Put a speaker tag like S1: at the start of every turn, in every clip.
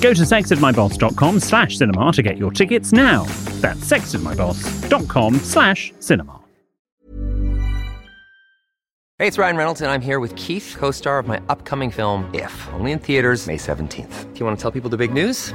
S1: Go to sexedmyboss.com slash cinema to get your tickets now. That's sexedmyboss.com slash cinema.
S2: Hey, it's Ryan Reynolds, and I'm here with Keith, co star of my upcoming film, If, only in theaters, May 17th. Do you want to tell people the big news?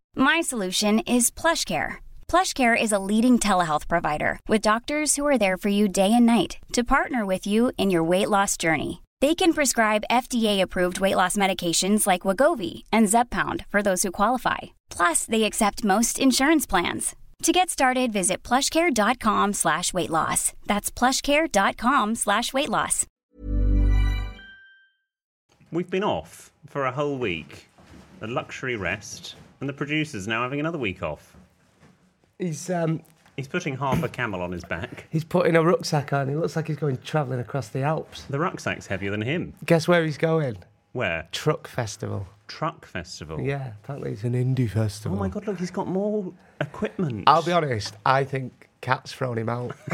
S3: My solution is PlushCare. PlushCare is a leading telehealth provider with doctors who are there for you day and night to partner with you in your weight loss journey. They can prescribe FDA-approved weight loss medications like Wagovi and Zepbound for those who qualify. Plus, they accept most insurance plans. To get started, visit plushcare.com slash weight loss. That's plushcare.com slash weight loss.
S4: We've been off for a whole week. A luxury rest, and the producer's now having another week off.
S5: He's um,
S4: He's putting half a camel on his back.
S5: he's putting a rucksack on. He looks like he's going travelling across the Alps.
S4: The rucksack's heavier than him.
S5: Guess where he's going?
S4: Where?
S5: Truck Festival.
S4: Truck festival.
S5: Yeah, apparently it's an indie
S4: Oh
S5: festival.
S4: my god, look, he's got more equipment.
S5: I'll be honest, I think Cat's thrown him out.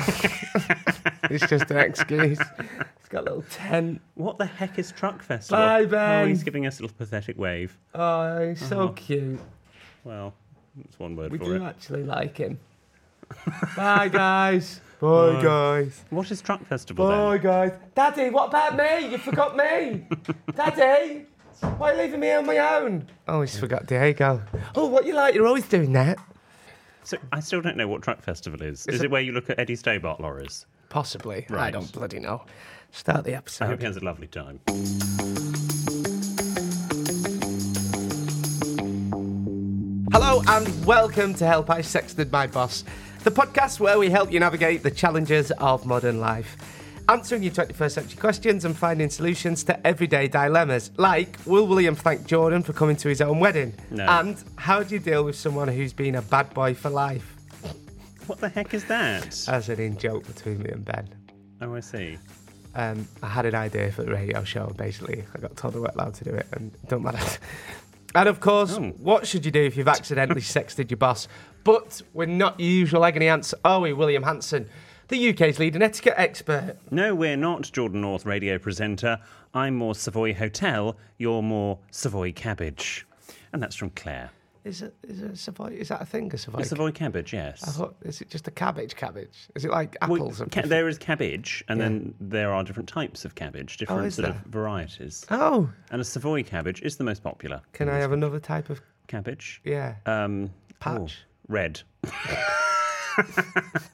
S5: it's just an excuse. He's got a little tent.
S4: What the heck is truck festival?
S5: Bye,
S4: Oh,
S5: Ben.
S4: he's giving us a little pathetic wave.
S5: Oh, he's so cute.
S4: Well, that's one word
S5: We
S4: for
S5: do
S4: it.
S5: actually like him. Bye, guys. Bye, guys.
S4: What is truck festival then?
S5: Bye, guys. Daddy, what about me? You forgot me. Daddy, why are you leaving me on my own? Oh, he's forgot Diego. Oh, what you like? You're always doing that.
S4: So I still don't know what truck festival is. is
S5: a-
S4: it where you look at Eddie Stobart lorries?
S5: Possibly. I
S4: Right.
S5: don't bloody know. Start the
S4: I hope
S5: episode.
S4: he has a lovely time.
S5: Hello and welcome to Help I Sexted My Boss, the podcast where we help you navigate the challenges of modern life, answering your 21st century questions and finding solutions to everyday dilemmas. Like, will William thank Jordan for coming to his own wedding?
S4: No.
S5: And how do you deal with someone who's been a bad boy for life?
S4: What the heck is that?
S5: As an in joke between me and Ben.
S4: oh, I see.
S5: Um, I had an idea for the radio show, basically. I got told I weren't allowed to do it, and it don't matter. and of course, what should you do if you've accidentally sexted your boss? But we're not your usual agony aunts, are we, William Hanson, the UK's leading etiquette expert?
S4: No, we're not Jordan North radio presenter. I'm more Savoy Hotel. You're more Savoy Cabbage. And that's from Claire.
S5: Is, it, is, it a Savoy, is that a thing, a Savoy?
S4: A Savoy Cabbage, yes.
S5: I thought- Is it just a cabbage cabbage? Is it like
S4: Well,
S5: apples? and
S4: ca- there is cabbage, and then there are different types of cabbage,
S1: Oh,
S4: different
S5: is
S4: sort of
S5: there?
S4: varieties.
S5: Oh,
S4: And a Savoy cabbage is the most popular.
S5: can I have another type of...
S4: Cabbage.
S5: Yeah.
S4: Um,
S5: Patch.
S4: oh, red.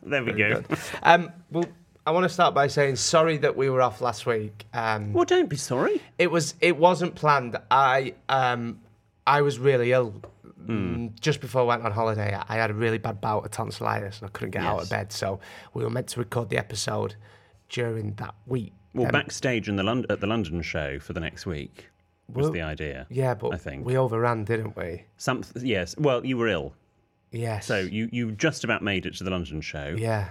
S4: there we go.
S5: Um, well, I want to start by saying sorry that we were off last week. Um,
S4: Well, don't be sorry.
S5: It was. It wasn't planned. I um, I was really ill.
S4: Hmm.
S5: Mm. Just before I went on holiday, I had a really bad bout of tonsillitis and I couldn't get out
S4: Yes.
S5: of bed. So we were meant to record the episode during that week.
S4: Well,
S5: Um,
S4: backstage in the Lond- at the London show for the next week was the idea.
S5: Yeah, but
S4: I think
S5: we overran, didn't we?
S4: some. Yes. Well, you were ill,
S5: Yes.
S4: so you you just about made it to the London show.
S5: yeah.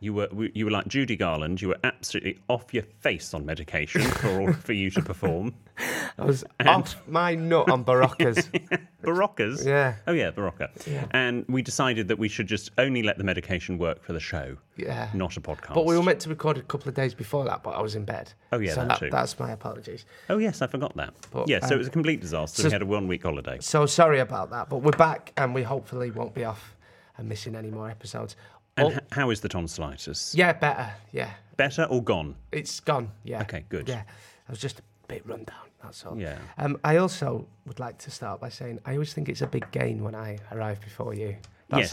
S4: You were you were like Judy Garland. You were absolutely off your face on medication for all, for you to perform.
S5: I was off my nut on Barocas.
S4: Barocas.
S5: Yeah.
S4: Oh yeah, Barocca. And we decided that we should just only let the medication work for the show.
S5: Yeah.
S4: Not a podcast.
S5: but we were meant to record a couple of days before that, but I was in bed.
S4: Oh, yeah,
S5: so
S4: that too.
S5: that's my apologies.
S4: Oh yes, I forgot that.
S5: But,
S4: yeah, so
S5: um,
S4: it was a complete disaster.
S5: so-
S4: we had a one week holiday.
S5: So sorry about that, but we're back and we hopefully won't be off and missing any more episodes.
S4: And
S5: Oh,
S4: h- how is the tonsillitis?
S5: yeah, better. Yeah,
S4: Better or gone?
S5: it's gone. Yeah.
S4: Okay, good.
S5: Yeah, I was just a bit run down. That's all.
S4: Yeah.
S5: Um, I also would like to start by saying I always think it's a big gain when I arrive before you. That's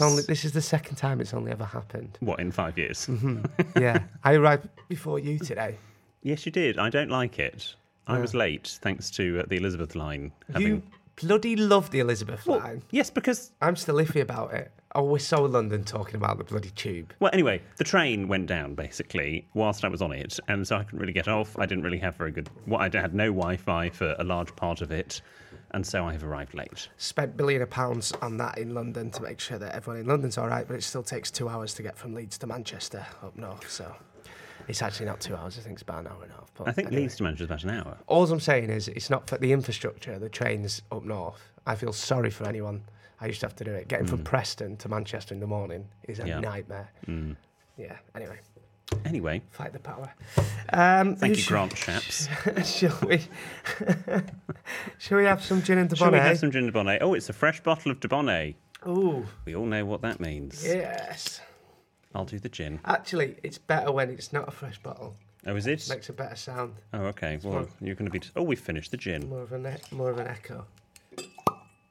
S4: Yes.
S5: only this is the second time it's only ever happened.
S4: What, in five years?
S5: Mm-hmm. yeah. I arrived before you today.
S4: Yes, you did. I don't like it. I was late thanks to uh, the Elizabeth line. Having...
S5: You bloody love the Elizabeth
S4: Well,
S5: line.
S4: yes, because
S5: I'm still iffy about it. Oh, we're so London talking about the bloody tube.
S4: Well, anyway, the train went down basically whilst I was on it, and so I couldn't really get off. I didn't really have very good. Well, I had no Wi-Fi for a large part of it, and so I have arrived late.
S5: Spent billion of pounds on that in London to make sure that everyone in London's all right, but it still takes two hours to get from Leeds to Manchester up north. So it's actually not two hours. I think it's about an hour and a half. But
S4: I think
S5: anyway.
S4: Leeds to Manchester is about an hour.
S5: All I'm saying is, it's not for the infrastructure, the trains up north. I feel sorry for anyone. I used to have to do it. Getting from Preston to Manchester in the morning is a
S4: Mm. Yeah. Mm.
S5: nightmare. Yeah, anyway,
S4: Anyway,
S5: fight the power. Um,
S4: thank
S5: who
S4: you,
S5: sh-
S4: Grant Shapps.
S5: shall we? shall we have some gin and
S4: Shall we have
S5: debonnaire?
S4: some gin and Dubonnet? Oh, it's a fresh bottle of Dubonnet.
S5: Ooh,
S4: We all know what that means.
S5: yes.
S4: I'll do the gin.
S5: Actually, it's better when it's not a fresh bottle.
S4: Oh, is it?
S5: Makes a better sound,
S4: Oh, okay. Well, you're going to be. Oh, we finished the gin.
S5: more of an e- more of an echo.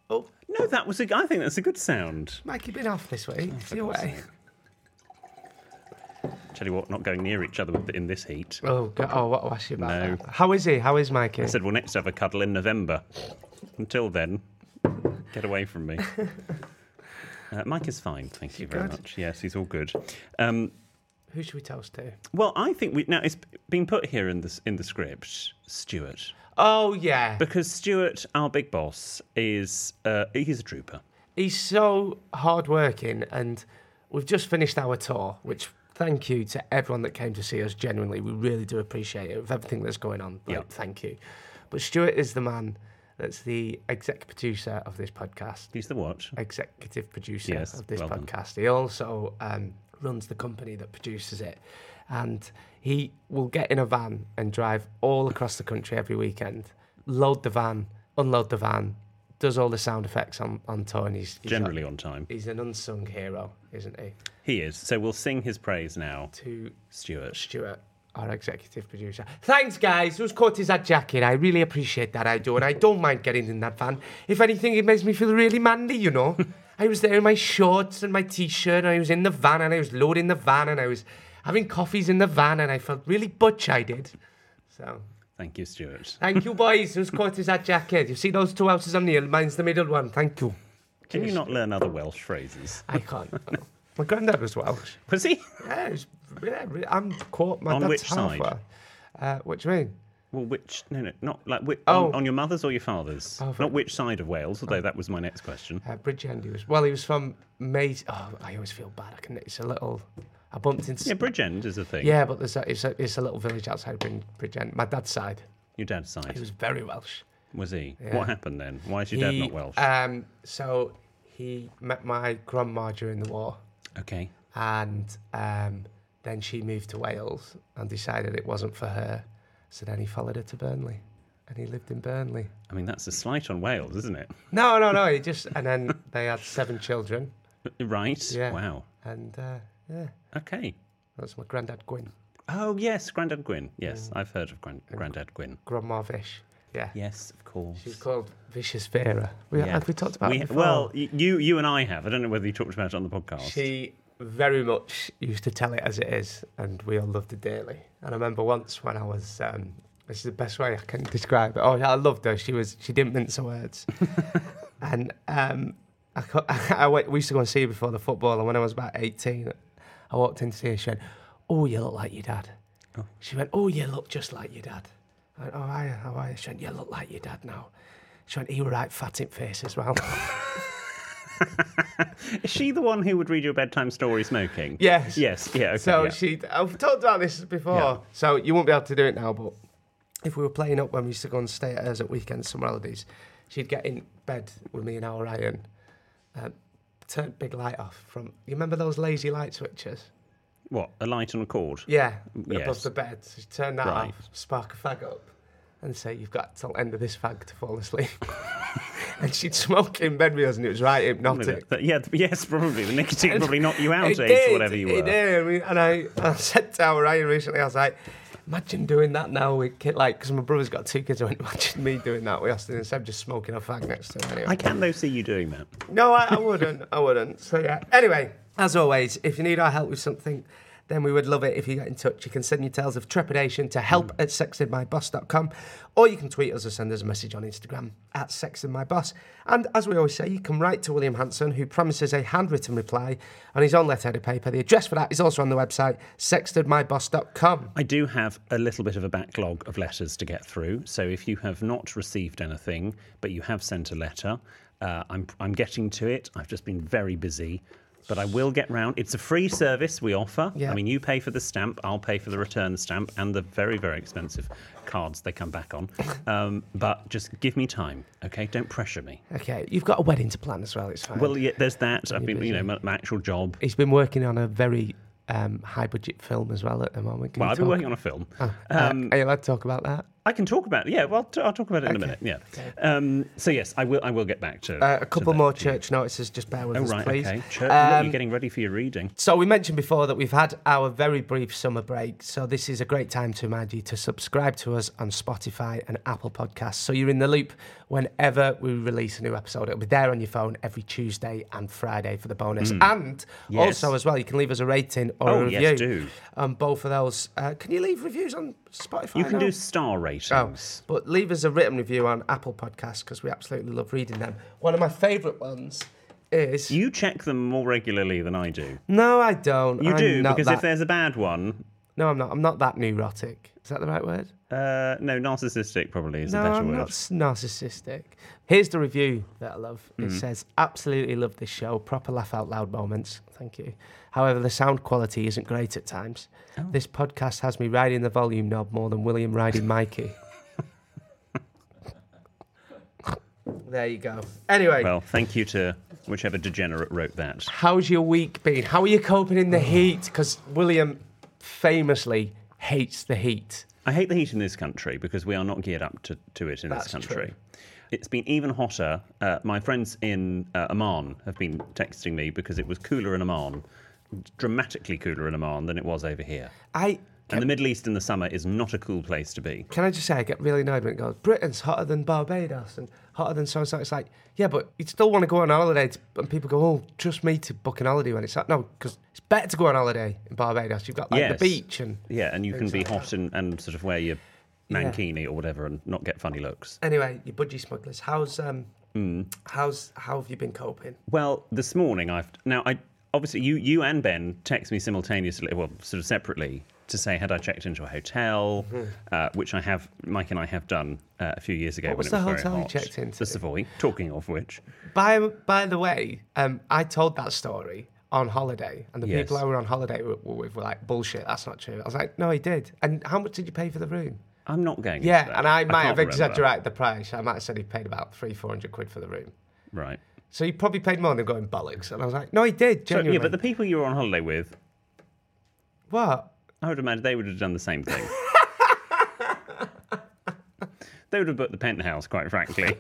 S5: Oh,
S4: No, that was. A... I think that's a good sound.
S5: Mike, you've been off this week. See you
S4: God's
S5: away.
S4: Tell you what, not going near each other with- in this heat.
S5: Oh, God. oh, what was she about?
S4: No.
S5: that? How is he? How is Mikey?
S4: I said, "Well, next have a cuddle in November. Until then, get away from me." Uh, Mike is fine, thank you very
S5: good?
S4: much. Yes, he's all good. Um,
S5: Who should we toast to?
S4: well, I think we now it's been put here in the in the script, Stuart,
S5: Oh yeah,
S4: because Stuart, our big boss, is uh, he's a trooper.
S5: he's so hardworking, and we've just finished our tour. Which thank you to everyone that came to see us. Genuinely, we really do appreciate it with everything that's going on. Like,
S4: Yeah.
S5: Thank you. But Stuart is the man that's the exec producer of this podcast,
S4: He's the what?
S5: executive producer
S4: Yes,
S5: of this
S4: well done.
S5: podcast. He also um, runs the company that produces it, and he will get in a van and drive all across the country every weekend. Load the van, unload the van, does all the sound effects on on tour. And he's, he's
S4: Generally on time.
S5: he's an unsung hero, isn't he?
S4: He is. So we'll sing his praise now,
S5: To
S4: Stuart.
S5: Stuart. Our executive producer. Thanks, guys. Who's caught is that jacket? I really appreciate that. I do, and I don't mind getting in that van. If anything, it makes me feel really manly, you know. I was there in my shorts and my t-shirt, and I was in the van, and I was loading the van, and I was having coffees in the van, and I felt really butch. I did. So,
S4: Thank you, Stuart.
S5: thank you, boys. Who's caught is that jacket? You see those two houses on the hill? Mine's the middle one. Thank you.
S4: Can you not learn other Welsh phrases?
S5: I can't. my granddad was Welsh.
S4: Was he?
S5: Yeah, it was, yeah, re- I'm caught. My
S4: On
S5: dad's
S4: which
S5: half
S4: side?
S5: Welsh. Uh, what do you mean?
S4: Well, which no, no, not like which,
S5: Oh.
S4: on, on your mother's or your father's. not which side of Wales, although that was my next question.
S5: Uh, Bridgend, he was. Well, he was from Maze. Oh, I always feel bad. I can, it's a little. I bumped into.
S4: Yeah,
S5: Yeah,
S4: Bridgend is a thing.
S5: but there's a, it's, a, it's a little village outside Brid- Bridgend. My dad's side.
S4: Your dad's side
S5: He
S4: was,
S5: was very Welsh.
S4: he? What happened then? Why is your dad
S5: He,
S4: not Welsh?
S5: Um, so he met my grandma during the war,
S4: okay.
S5: and um, then she moved to Wales and decided it wasn't for her. So then he followed her to Burnley, and he lived in Burnley.
S4: I mean, that's a slight on Wales, isn't it?
S5: No, no, no. He just and then they had seven children,
S4: Right.
S5: Yeah.
S4: Wow.
S5: and uh, yeah,
S4: Okay.
S5: that's my granddad Gwyn,
S4: Oh yes, Grandad Gwyn. Yes, I've heard of Grand, Grandad Gwyn.
S5: grandma Vish. Yeah,
S4: Yes, of course.
S5: she's called Vicious Vera. We,
S4: Yes.
S5: Have we talked about
S4: We-
S5: it before?
S4: Well, y- you you and I have. I don't know whether you talked about it on the podcast.
S5: she very much used to tell it as it is, and we all loved it dearly. And I remember once when I was. Um, this is the best way I can describe it. Oh, yeah, I loved her. She was. She didn't mince her words. and um, I, co- I went, we used to go and see her before the football. And when I was about 18, I walked in to see her. She went, Oh, you look like your dad. She went, Oh, you look just like your dad. I went, Oh, I, oh, I. She went, You look like your dad now. She went, He were right fat in face as well.
S4: Is she the one who would read you a bedtime story smoking?
S5: Yes.
S4: Yes. Yeah. Okay.
S5: So
S4: yeah.
S5: she, I've talked about this before.
S4: Yeah.
S5: So you won't be able to do it now, but if we were playing up when we used to go and stay at hers at weekends, summer holidays, she'd get in bed with me and our Ryan, um, turn big light off from. You remember those lazy light switches?
S4: What? A light on a cord?
S5: Yeah, above
S4: Mm, Yes.
S5: the bed. So she'd turn that
S4: Right.
S5: off, spark a fag up, and say, "You've got till end of this fag to fall asleep." and she'd smoke in bed with us, and it was right
S4: Probably
S5: hypnotic.
S4: the- the- yeah, th- yes, probably. The nicotine probably knocked you out,
S5: It
S4: age,
S5: did,
S4: or whatever you
S5: It
S4: were.
S5: did. I mean, and I, I said to Ryan recently, I was like, Imagine doing that now with kid, like, because my brother's got two kids. I went, imagine me doing that with Austin instead of just smoking a fag next to him. Anyway.
S4: I can though see you doing that.
S5: No, I, I wouldn't. I wouldn't. So yeah. Anyway, as always, if you need our help with something, then we would love it if you get in touch. You can send your tales of trepidation to help at sexedmyboss.com or you can tweet us or send us a message on Instagram at sexedmyboss. And as we always say, you can write to William Hanson, who promises a handwritten reply on his own letterhead of paper. The address for that is also on the website, sextedmyboss.com.
S4: I do have a little bit of a backlog of letters to get through. So if you have not received anything, but you have sent a letter, uh, I'm, I'm getting to it. I've just been very busy, but I will get round. It's a free service we offer.
S5: Yeah.
S4: I mean, you pay for the stamp, I'll pay for the return stamp and the very, very expensive cards they come back on. Um, but just give me time, okay? Don't pressure me.
S5: Okay, you've got a wedding to plan as well. It's fine.
S4: Well, yeah, there's that. I've been, you know, my, my actual job.
S5: he's been working on a very um, high budget film as well at the moment. Can
S4: Well,
S5: you
S4: I've been
S5: talk-
S4: working on a film. Um,
S5: Uh, are you allowed to talk about that?
S4: I can talk about it. Yeah, well, t- I'll talk about it in a
S5: Okay.
S4: minute. Yeah. Um, so yes, I will. I will get back to
S5: Uh, a
S4: to
S5: couple
S4: that.
S5: more church notices, just bear with
S4: Oh
S5: us,
S4: right,
S5: please.
S4: okay. Church, look,
S5: Um,
S4: you're getting ready for your reading.
S5: so we mentioned before that we've had our very brief summer break, so this is a great time to remind you to subscribe to us on Spotify and Apple Podcasts, so you're in the loop whenever we release a new episode. It'll be there on your phone every Tuesday and Friday for the bonus, and
S4: Mm. Yes.
S5: also as well, you can leave us a rating or a
S4: Oh,
S5: review
S4: yes, do.
S5: on both of those. Uh, can you leave reviews on Spotify?
S4: You can
S5: now?
S4: do star ratings.
S5: But leave us a written review on Apple Podcasts because we absolutely love reading them. One of my favourite ones is.
S4: You check them more regularly than I do.
S5: no, I don't.
S4: You
S5: I'm
S4: do
S5: not
S4: because if
S5: that-
S4: there's a bad one,
S5: No, I'm not. I'm not that neurotic. Is that the right word?
S4: uh, no, narcissistic probably is
S5: No,
S4: a better
S5: I'm
S4: word.
S5: not s- narcissistic. Here's the review that I love.
S4: Mm-hmm.
S5: It says, "Absolutely love this show. Proper laugh out loud moments. Thank you. However, the sound quality isn't great at times.
S4: Oh.
S5: This podcast has me riding the volume knob more than William riding Mikey." there you go. Anyway,
S4: Well, thank you to whichever degenerate wrote that.
S5: How's your week been? How are you coping in the heat? Because William famously hates the heat.
S4: I hate the heat in this country because we are not geared up to, to it in
S5: That's
S4: this country. It's been even hotter. Uh, my friends in uh, Amman have been texting me because it was cooler in Amman, dramatically cooler in Amman than it was over here.
S5: I
S4: And the Middle East in the summer is not a cool place to be.
S5: can I just say I get really annoyed when it goes Britain's hotter than Barbados and hotter than so and so. It's like yeah, but you'd still want to go on holiday, to, and people go, oh, trust me to book an holiday when it's like no, because it's better to go on holiday in Barbados. You've got like
S4: Yes.
S5: the beach and
S4: Yeah, and you can
S5: things
S4: be
S5: like
S4: hot
S5: that.
S4: and, and sort of wear your mankini or whatever and not get funny looks.
S5: Anyway, you budgie smugglers. How's um, how's how have you been coping?
S4: Well, this morning I've now I obviously you you and Ben text me simultaneously, well, sort of separately to say had I checked into a hotel,
S5: Mm-hmm.
S4: uh, which I have. Mike and I have done uh, a few years ago.
S5: What
S4: when
S5: was
S4: it
S5: the
S4: very
S5: hotel you
S4: hot.
S5: checked into?
S4: The Savoy. Talking of which,
S5: By by the way, um, I told that story on holiday, and the
S4: Yes.
S5: people I were on holiday with, with were like, "Bullshit, that's not true." I was like, "No, he did." And how much did you pay for the room?
S4: I'm not going. into
S5: Yeah,
S4: that.
S5: and I might
S4: can't
S5: have
S4: remember.
S5: exaggerated the price. I might have said he paid about three, four hundred quid for the room.
S4: Right.
S5: So he probably paid more than going bollocks. And I was like, "No, he did."
S4: So,
S5: Genuinely.
S4: yeah, but the people you were on holiday with,
S5: what?
S4: I would imagine they would have done the same thing. they would have booked the penthouse, quite frankly.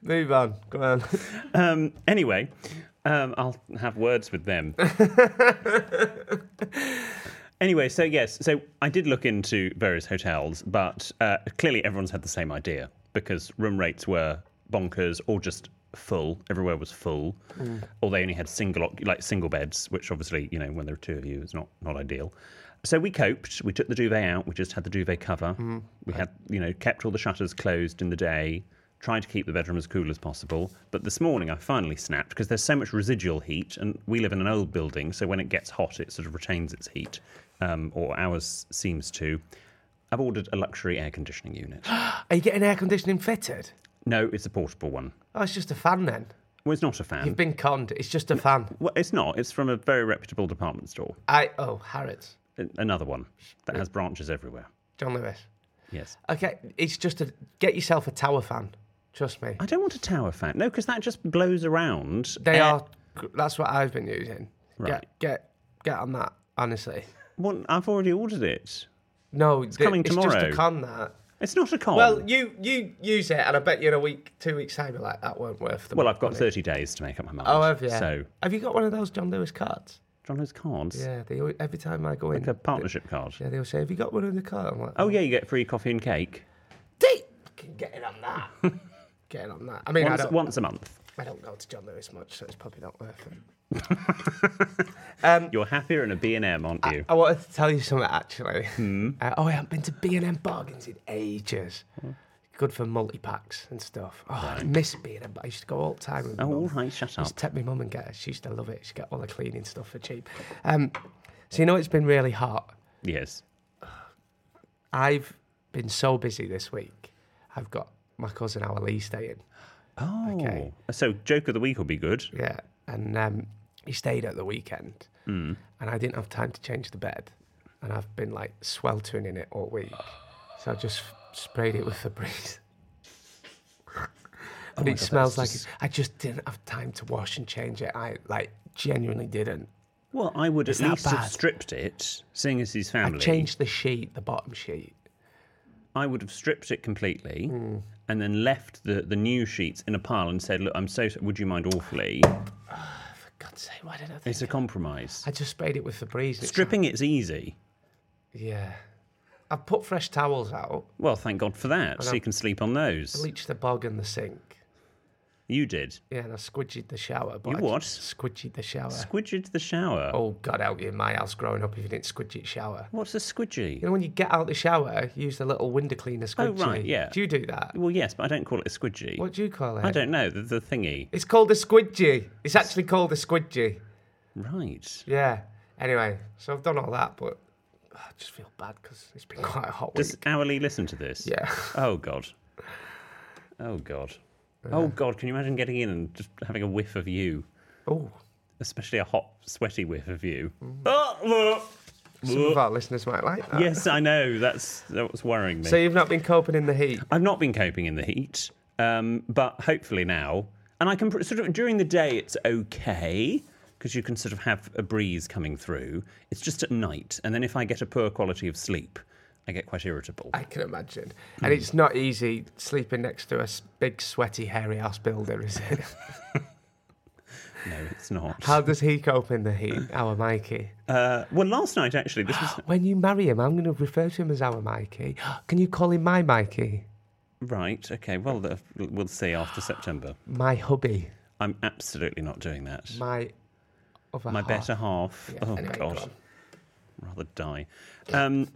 S5: Move on. Come on.
S4: Um, anyway, um, I'll have words with them. anyway, so yes, so I did look into various hotels, but uh, clearly everyone's had the same idea because room rates were bonkers or just full. Everywhere was full, or they only had single oc- like single beds, which obviously you know when there are two of you is not not ideal. So we coped. We took the duvet out. We just had the duvet cover.
S5: Mm-hmm.
S4: We had you know kept all the shutters closed in the day trying to keep the bedroom as cool as possible. But this morning I finally snapped because there's so much residual heat, and we live in an old building, so when it gets hot, it sort of retains its heat, um, or ours seems to. I've ordered a luxury air conditioning unit.
S5: Are you getting air conditioning fitted?
S4: no, it's a portable one.
S5: Oh, it's just a fan then.
S4: Well, it's not a fan.
S5: You've been conned. It's just a fan.
S4: well, it's not. It's from a very reputable department store.
S5: I oh Harrods,
S4: A- Another one that has branches everywhere.
S5: John Lewis.
S4: Yes.
S5: Okay, it's just a get yourself a tower fan. Trust me.
S4: I don't want a tower fan. No, because that just blows around. Uh,
S5: They
S4: Air-
S5: are. That's what I've been using.
S4: Eh. Right.
S5: Get get get on that. Honestly,
S4: Well, I've already ordered it.
S5: no. It's
S4: coming
S5: it's Just
S4: tomorrow.
S5: a con that.
S4: It's not a con.
S5: Well, you you use it, and I bet you in a week, two weeks time, you're like that weren't worth. The
S4: Well, I've got
S5: money."
S4: 30 days to make up my mind.
S5: Oh, have you?
S4: So,
S5: have you got one of those John Lewis cards?
S4: on those cards?
S5: Yeah, they, al- every time I go in,
S4: Like a partnership card.
S5: yeah, they'll say, "Have you got one in the car?" I'm like,
S4: Oh yeah, you get free coffee and cake
S5: deep. Fucking Get in on that. Get in on that. I mean, I
S4: once,
S5: don't,
S4: once a month.
S5: I don't go to John Lewis much, so it's probably not worth it.
S4: You're happier in a B and M, aren't you?
S5: I wanted to tell you something actually.
S4: Hmm?
S5: Uh, oh, I haven't been to B and M bargains in ages. Good for multi packs and stuff. Oh, I miss B and M. I used to go all the time. With my
S4: Oh, all
S5: mum.
S4: right, shut
S5: Used
S4: up.
S5: to take my mum and get her. She used to love it. She got all the cleaning stuff for cheap. Um, so you know it's been really hot.
S4: Yes.
S5: I've been so busy this week. I've got my cousin Ali staying.
S4: Oh,
S5: Okay.
S4: so joke of the week will be good.
S5: Yeah, and um, he stayed at the weekend, mm. and I didn't have time to change the bed, and I've been like sweltering in it all week, so I just sprayed it with Febreze. But it smells like it. I just didn't have time to wash and change it. I like genuinely didn't.
S4: Well, I would
S5: It's
S4: at
S5: not
S4: least
S5: bad.
S4: have stripped it, seeing as he's family.
S5: I changed the sheet, the bottom sheet.
S4: I would have stripped it completely
S5: Hmm.
S4: and then left the, the new sheets in a pile and said, Look, I'm so s- would you mind awfully?
S5: For God's sake, why didn't I think?
S4: It's a compromise.
S5: I just sprayed it with Febreze. and it's
S4: Stripping it's easy.
S5: like- yeah. I've put fresh towels out,
S4: Well, thank God for that.
S5: um,
S4: So you can sleep on those.
S5: bleached the bog and the sink.
S4: You did.
S5: Yeah, and I squidged the shower. But
S4: You
S5: I
S4: what?
S5: just Squidged the shower.
S4: Squidged the shower.
S5: Oh God, out in my house growing up, if you didn't squidge it shower.
S4: What's a squidgy?
S5: You know when you get out the shower, you use the little window cleaner
S4: Oh,
S5: squidgy.
S4: right, yeah.
S5: Do you do that?
S4: Well, yes, but I don't call it a squidgy.
S5: What do you call it?
S4: I don't know. The, the thingy.
S5: It's called a squidgy. It's actually called a squidgy.
S4: Right.
S5: Yeah. Anyway, so I've done all that, but I just feel bad because it's been quite a hot
S4: Does
S5: week.
S4: Hourly listen to this?
S5: Yeah.
S4: Oh, God. Oh, God. Oh, God. Can you imagine getting in and just having a whiff of you?
S5: Oh,
S4: Especially a hot, sweaty whiff of you.
S5: Mm-hmm.
S4: Oh,
S5: some of our listeners might like that.
S4: yes, I know. That's That's worrying me.
S5: So you've not been coping in the heat.
S4: I've not been coping in the heat, um, but hopefully now. And I can pr- sort of during the day it's okay because you can sort of have a breeze coming through. It's just at night, and then if I get a poor quality of sleep, I get quite irritable.
S5: I can imagine.
S4: Hmm.
S5: And it's not easy sleeping next to a s- big, sweaty, hairy ass builder, is it?
S4: no, it's not.
S5: How does he cope in the heat, our Mikey?
S4: Uh, well, last night actually, this was
S5: When you marry him, I'm going to refer to him as our Mikey. Can you call him my Mikey?
S4: right. Okay, well, the, we'll see after September.
S5: My hubby.
S4: I'm absolutely not doing that.
S5: My other
S4: My
S5: half.
S4: better half.
S5: Yeah,
S4: oh
S5: anyway, go
S4: God,
S5: on.
S4: rather die. Um,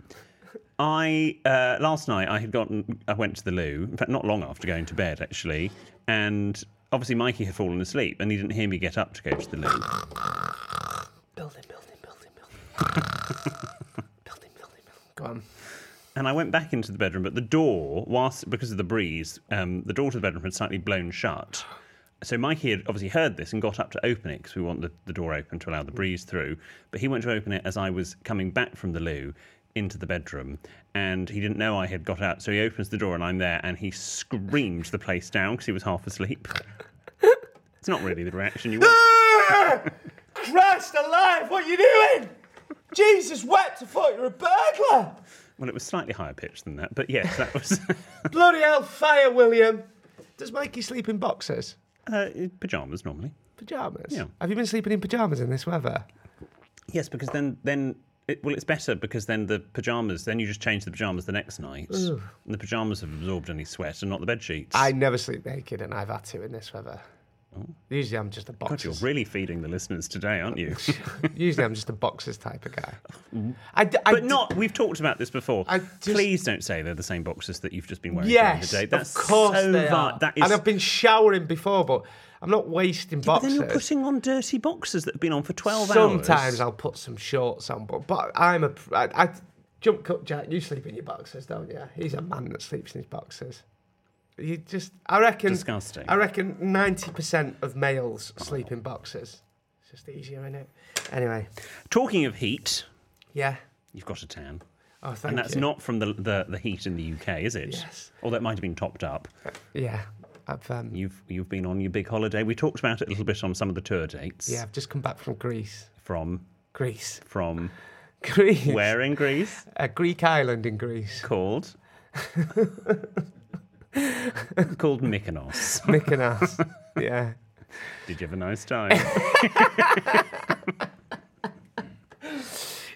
S4: I uh, last night I had gotten. I went to the loo. In fact, not long after going to bed actually, and obviously Mikey had fallen asleep and he didn't hear me get up to go to the loo.
S5: Building, building, building, building. building, building, building. Go on.
S4: And I went back into the bedroom, but the door, whilst because of the breeze, um, the door to the bedroom had slightly blown shut. So Mikey had obviously heard this and got up to open it because we want the, the door open to allow the breeze through. But he went to open it as I was coming back from the loo into the bedroom, and he didn't know I had got out. So he opens the door and I'm there, and he screamed the place down because he was half asleep. it's not really the reaction you want.
S5: Christ alive, what are you doing? Jesus wept, I thought you were a burglar.
S4: Well, it was slightly higher pitched than that, but yes, that was
S5: Bloody hell, fire, William. Does Mikey sleep in boxers?
S4: uh, pajamas normally.
S5: Pajamas?
S4: Yeah.
S5: Have you been sleeping in pajamas in this weather?
S4: Yes, because then then it, well, it's better because then the pajamas. Then you just change the pajamas the next night, and the pajamas have absorbed any sweat and not the bed sheets.
S5: I never sleep naked, and I've had to in this weather. Usually, I'm just a
S4: Oh. God,
S5: boxer.
S4: you're really feeding the listeners today, aren't you?
S5: Usually, I'm just a boxers type of guy. I d- I
S4: But
S5: d-
S4: not. We've talked about this before.
S5: I just-
S4: Please don't say they're the same boxes that you've just been wearing
S5: Yes,
S4: during the day. That's
S5: of course
S4: so
S5: they
S4: vi-
S5: are.
S4: That is.
S5: And I've been showering before, but I'm not wasting
S4: but
S5: boxers.
S4: then you're putting on dirty boxes that have been on for twelve hours.
S5: Sometimes I'll put some shorts on, but but I'm a pr- I, I jump cut Jack. You sleep in your boxers, don't you? He's a man that sleeps in his boxers. You just I reckon
S4: Disgusting. Oh.
S5: I reckon ninety percent of males sleep in boxers. It's just easier, innit? Anyway,
S4: Talking of heat,
S5: yeah.
S4: you've got a tan.
S5: Oh, thank
S4: And that's
S5: you.
S4: not from the, the, the heat in the UK, is it?
S5: Yes.
S4: Although it might have been topped up.
S5: Yeah, I've um,
S4: You've you've been on your big holiday. We talked about it a little bit on some of the tour dates.
S5: yeah, I've just come back from Greece.
S4: From
S5: Greece,
S4: from
S5: Greece.
S4: where in Greece?
S5: A Greek island in Greece,
S4: Called called Mykonos.
S5: Mykonos. yeah.
S4: Did you have a nice time?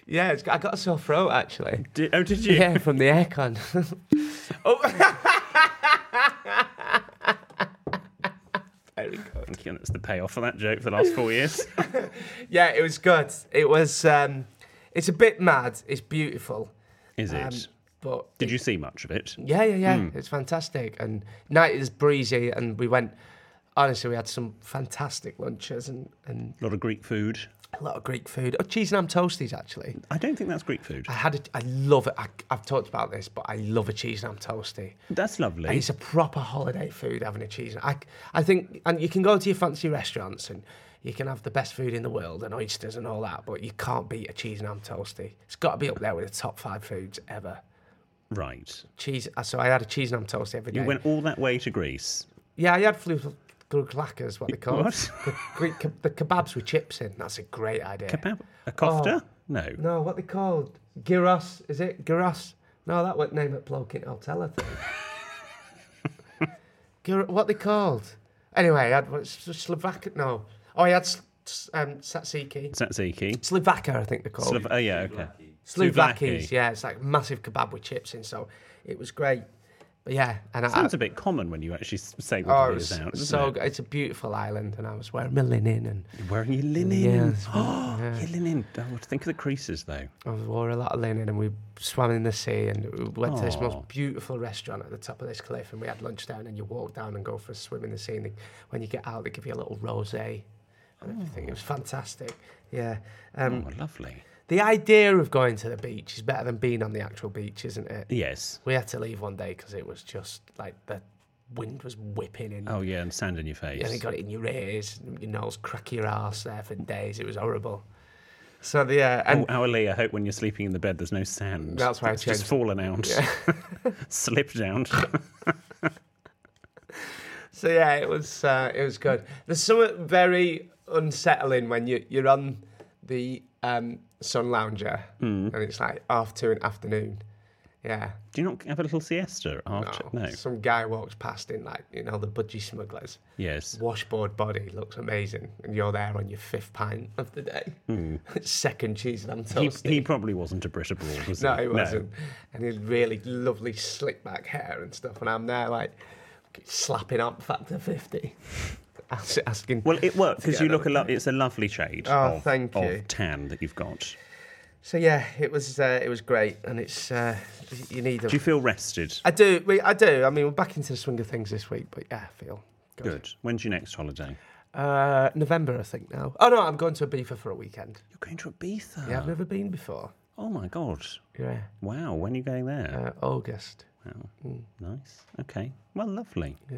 S5: Yeah, it's, I got a sore throat actually.
S4: Did, oh, did you?
S5: Yeah, from the aircon. oh. Very good.
S4: Thank you. That's the payoff for that joke for the last four years.
S5: Yeah, it was good. It was. Um, it's a bit mad. It's beautiful,
S4: Is Hmm. it?
S5: um, but
S4: did you see much of it?
S5: Yeah, yeah, yeah. It's fantastic. And night is breezy, and we went. Honestly, we had some fantastic lunches and, and
S4: A lot of Greek food.
S5: a lot of Greek food. Oh, cheese and ham toasties, actually.
S4: I don't think that's Greek food.
S5: I had a, I love it. I, I've talked about this, but I love a cheese and ham toastie.
S4: That's lovely.
S5: And it's a proper holiday food having a cheese. I, I think, and you can go to your fancy restaurants and you can have the best food in the world and oysters and all that, but you can't beat a cheese and ham toastie. It's got to be up there with the top five foods ever.
S4: Right.
S5: Cheese. uh, So I had a cheese and ham toastie every day.
S4: You went all that way to Greece.
S5: yeah, I had flu glackers, what they call
S4: What?
S5: The, Greek ke- the kebabs with chips in. That's a great idea.
S4: Kebab? A kofta? no.
S5: Oh. No, what they called gyros? Is it gyros? No, that was name it bloke in hotel. I think. Gyro- what they called? Anyway, I had what, S- Slovak. No, oh, I had s- s- um, tzatziki.
S4: Tzatziki.
S5: Slovaka, I think they're called.
S4: Slav- oh, yeah, okay.
S5: Slovakis.
S4: Souvlaki.
S5: Yeah, it's like massive kebab with chips in. So it was great. But yeah, and I,
S4: Sounds a bit common when you actually s- say what
S5: oh,
S4: it
S5: it
S4: is
S5: was
S4: out. doesn't
S5: so
S4: it?
S5: good. it's a beautiful island, and I was wearing my linen and
S4: You're wearing your linen.
S5: it's-
S4: oh,
S5: yeah.
S4: your linen. Oh, think of the creases, though.
S5: I wore a lot of linen and we swam in the sea and we went to this
S4: Aw.
S5: most beautiful restaurant at the top of this cliff and we had lunch down and you walk down and go for a swim in the sea and they, when you get out they give you a little rosé and everything. It was fantastic. Yeah. Um,
S4: Oh, lovely.
S5: The idea of going to the beach is better than being on the actual beach, isn't it?
S4: Yes.
S5: We had to leave one day because it was just like the wind was whipping in.
S4: Oh, yeah, and sand in your
S5: Yeah,
S4: face.
S5: they got it in your ears, your nose, crack your ass there for days. It was horrible. So yeah, and
S4: Oh, hourly, I hope when you're sleeping in the bed, there's no sand.
S5: That's why I
S4: It's just
S5: changed-
S4: fallen out. Slipped down.
S5: So yeah, it was uh, it was good. There's something very unsettling when you you're on the um, sun lounger
S4: Mm.
S5: and it's like half two in the afternoon. Yeah,
S4: Do you not have a little siesta after?
S5: Oh,
S4: No.
S5: Some guy walks past in like you know the budgie smugglers.
S4: Yes.
S5: Washboard body looks amazing, and you're there on your fifth pint of the day. Second cheese and ham
S4: Hmm. He,
S5: toasty.
S4: he probably wasn't a Brit abroad, was
S5: No,
S4: he?
S5: he wasn't. And he had really lovely slick back hair and stuff. And I'm there like slapping up factor 50. As- Asking.
S4: Well, it worked because you
S5: Together.
S4: look a lot. It's a lovely shade
S5: Oh,
S4: of,
S5: thank
S4: of
S5: you.
S4: tan that you've got.
S5: So yeah, it was uh, it was great, and it's uh, you need them.
S4: Do you feel rested?
S5: I do, we, I do. I mean, we're back into the swing of things this week, but yeah, I feel good.
S4: Good. When's your next holiday?
S5: Uh, November, I think now. Oh no, I'm going to Ibiza for a weekend.
S4: You're going to Ibiza.
S5: Yeah, I've never been before.
S4: Oh my god!
S5: Yeah,
S4: Wow. When are you going there?
S5: uh, hmm. August.
S4: wow. Nice. Okay. Well, lovely.
S5: Yeah,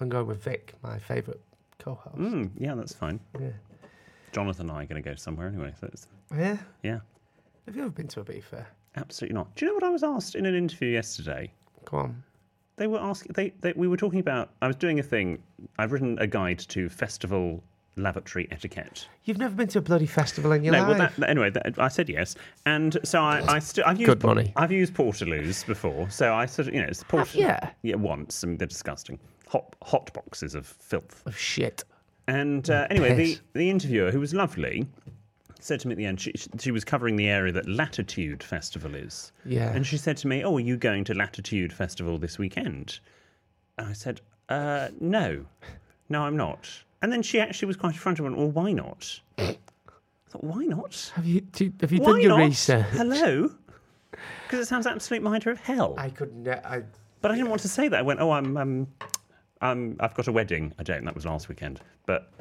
S5: I'm going with Vic, my favourite co-host.
S4: Mm, yeah, that's fine.
S5: Yeah, Oh,
S4: Jonathan and I are going to go somewhere anyway. So it's,
S5: yeah.
S4: yeah,
S5: Have you ever been to Ibiza?
S4: absolutely not. Do you know what I was asked in an interview yesterday?
S5: Go on.
S4: They were asking. They, they we were talking about. I was doing a thing. I've written a guide to festival lavatory etiquette.
S5: You've never been to a bloody festival in your
S4: No,
S5: life.
S4: well, that, that- anyway, that, I said yes, and so I, I still I've used
S5: Good money.
S4: I've used portaloos before, so I sort of you know it's port-
S5: yeah.
S4: yeah once, and they're disgusting. Hot hot boxes of filth.
S5: oh, shit.
S4: And uh,
S5: Mm,
S4: anyway, the,
S5: piss.
S4: the interviewer, who was lovely, said to me at the end, she, she was covering the area that Latitude Festival is.
S5: Yeah.
S4: And she said to me, Oh, are you going to Latitude Festival this weekend? And I said, uh, No, no, I'm not. And then she actually was quite affronted and went, Well, why not? I thought, Why not?
S5: Have you do, you- have you
S4: why
S5: done your
S4: not?
S5: research?
S4: Hello? Because it sounds absolute minder of hell.
S5: I could ne- I
S4: But I didn't want to say that. I went, oh, I'm, um, I'm, I've got a wedding. I don't. That was last weekend. But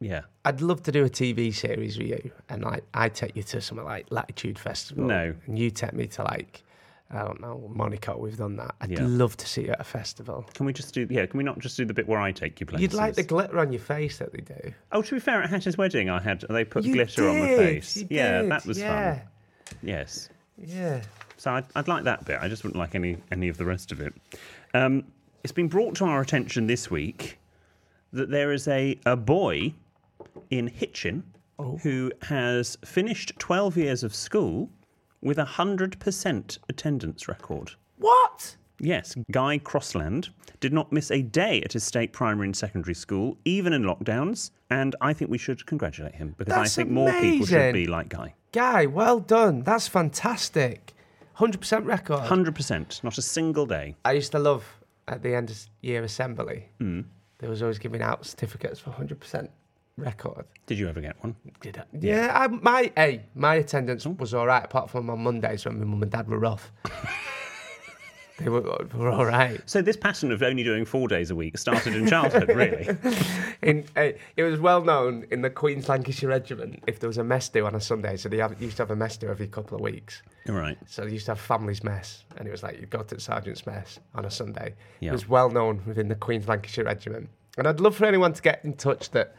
S4: yeah,
S5: I'd love to do a TV series with you, and like I take you to something like Latitude Festival.
S4: No.
S5: and you take me to like I don't know Monaco. We've done that. I'd
S4: Yeah.
S5: love to see you at a festival.
S4: can we just do? Yeah, can we not just do the bit where I take you places?
S5: You'd like the glitter on your face that they do.
S4: Oh, to be fair, at Hatch's wedding, I had they put
S5: You
S4: glitter on my
S5: did,
S4: face.
S5: you
S4: yeah,
S5: did,
S4: that was
S5: yeah,
S4: fun. Yes.
S5: Yeah.
S4: So I'd, I'd like that bit. I just wouldn't like any any of the rest of it. Um, it's been brought to our attention this week that there is a a boy in Hitchin
S5: Oh.
S4: who has finished twelve years of school with a hundred percent attendance record.
S5: What?
S4: Yes, Guy Crossland did not miss a day at his state primary and secondary school, even in lockdowns. And I think we should congratulate him because
S5: That's
S4: I think more people
S5: amazing.
S4: should be like Guy.
S5: Guy, well done. That's fantastic. 100% record.
S4: 100%, not a single day.
S5: I used to love at the end of s- year assembly,
S4: Hmm.
S5: they was always giving out certificates for 100% record.
S4: Did you ever get one?
S5: Did I? Yeah, I, my hey, my attendance was all right, apart from on Mondays when my mum and dad were off. they were, were all right.
S4: So this pattern of only doing four days a week started in childhood, really.
S5: In, uh, it was well known in the Queen's Lancashire Regiment if there was a mess do on a Sunday, so they have, used to have a mess do every couple of weeks.
S4: All right.
S5: So they used to have families' mess, and it was like you go to the sergeant's mess on a Sunday. It
S4: Yeah.
S5: was well known within the Queen's Lancashire Regiment. And I'd love for anyone to get in touch that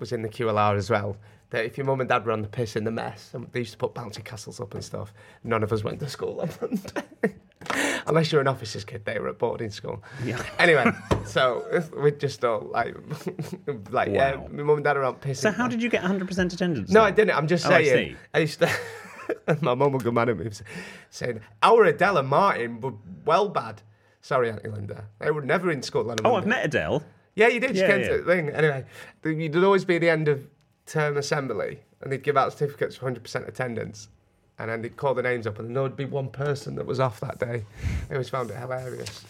S5: was in the QLR as well. That if your mum and dad were on the piss in the mess, and they used to put bouncy castles up and stuff. None of us went to school on Monday. Unless you're an officer's kid, they were at boarding school.
S4: Yeah.
S5: Anyway, so we're just all like, like yeah,
S4: Wow.
S5: my mum and dad are out pissing.
S4: So how did you get 100% attendance?
S5: No, I
S4: then?
S5: didn't. I'm just
S4: Oh, I
S5: saying.
S4: see.
S5: I, used to. my mum would go mad at me s- saying, "Our Adela Martin were well bad." Sorry, Auntie Linda. They were never in school. on a
S4: Oh,
S5: Monday.
S4: I've met Adele.
S5: Yeah, you did. She
S4: Yeah,
S5: came
S4: yeah.
S5: to the thing. Anyway, th- you'd always be the end of term assembly, and they'd give out certificates for 100% attendance. And then they'd call the names up, and there would be one person that was off that day. I always found it hilarious.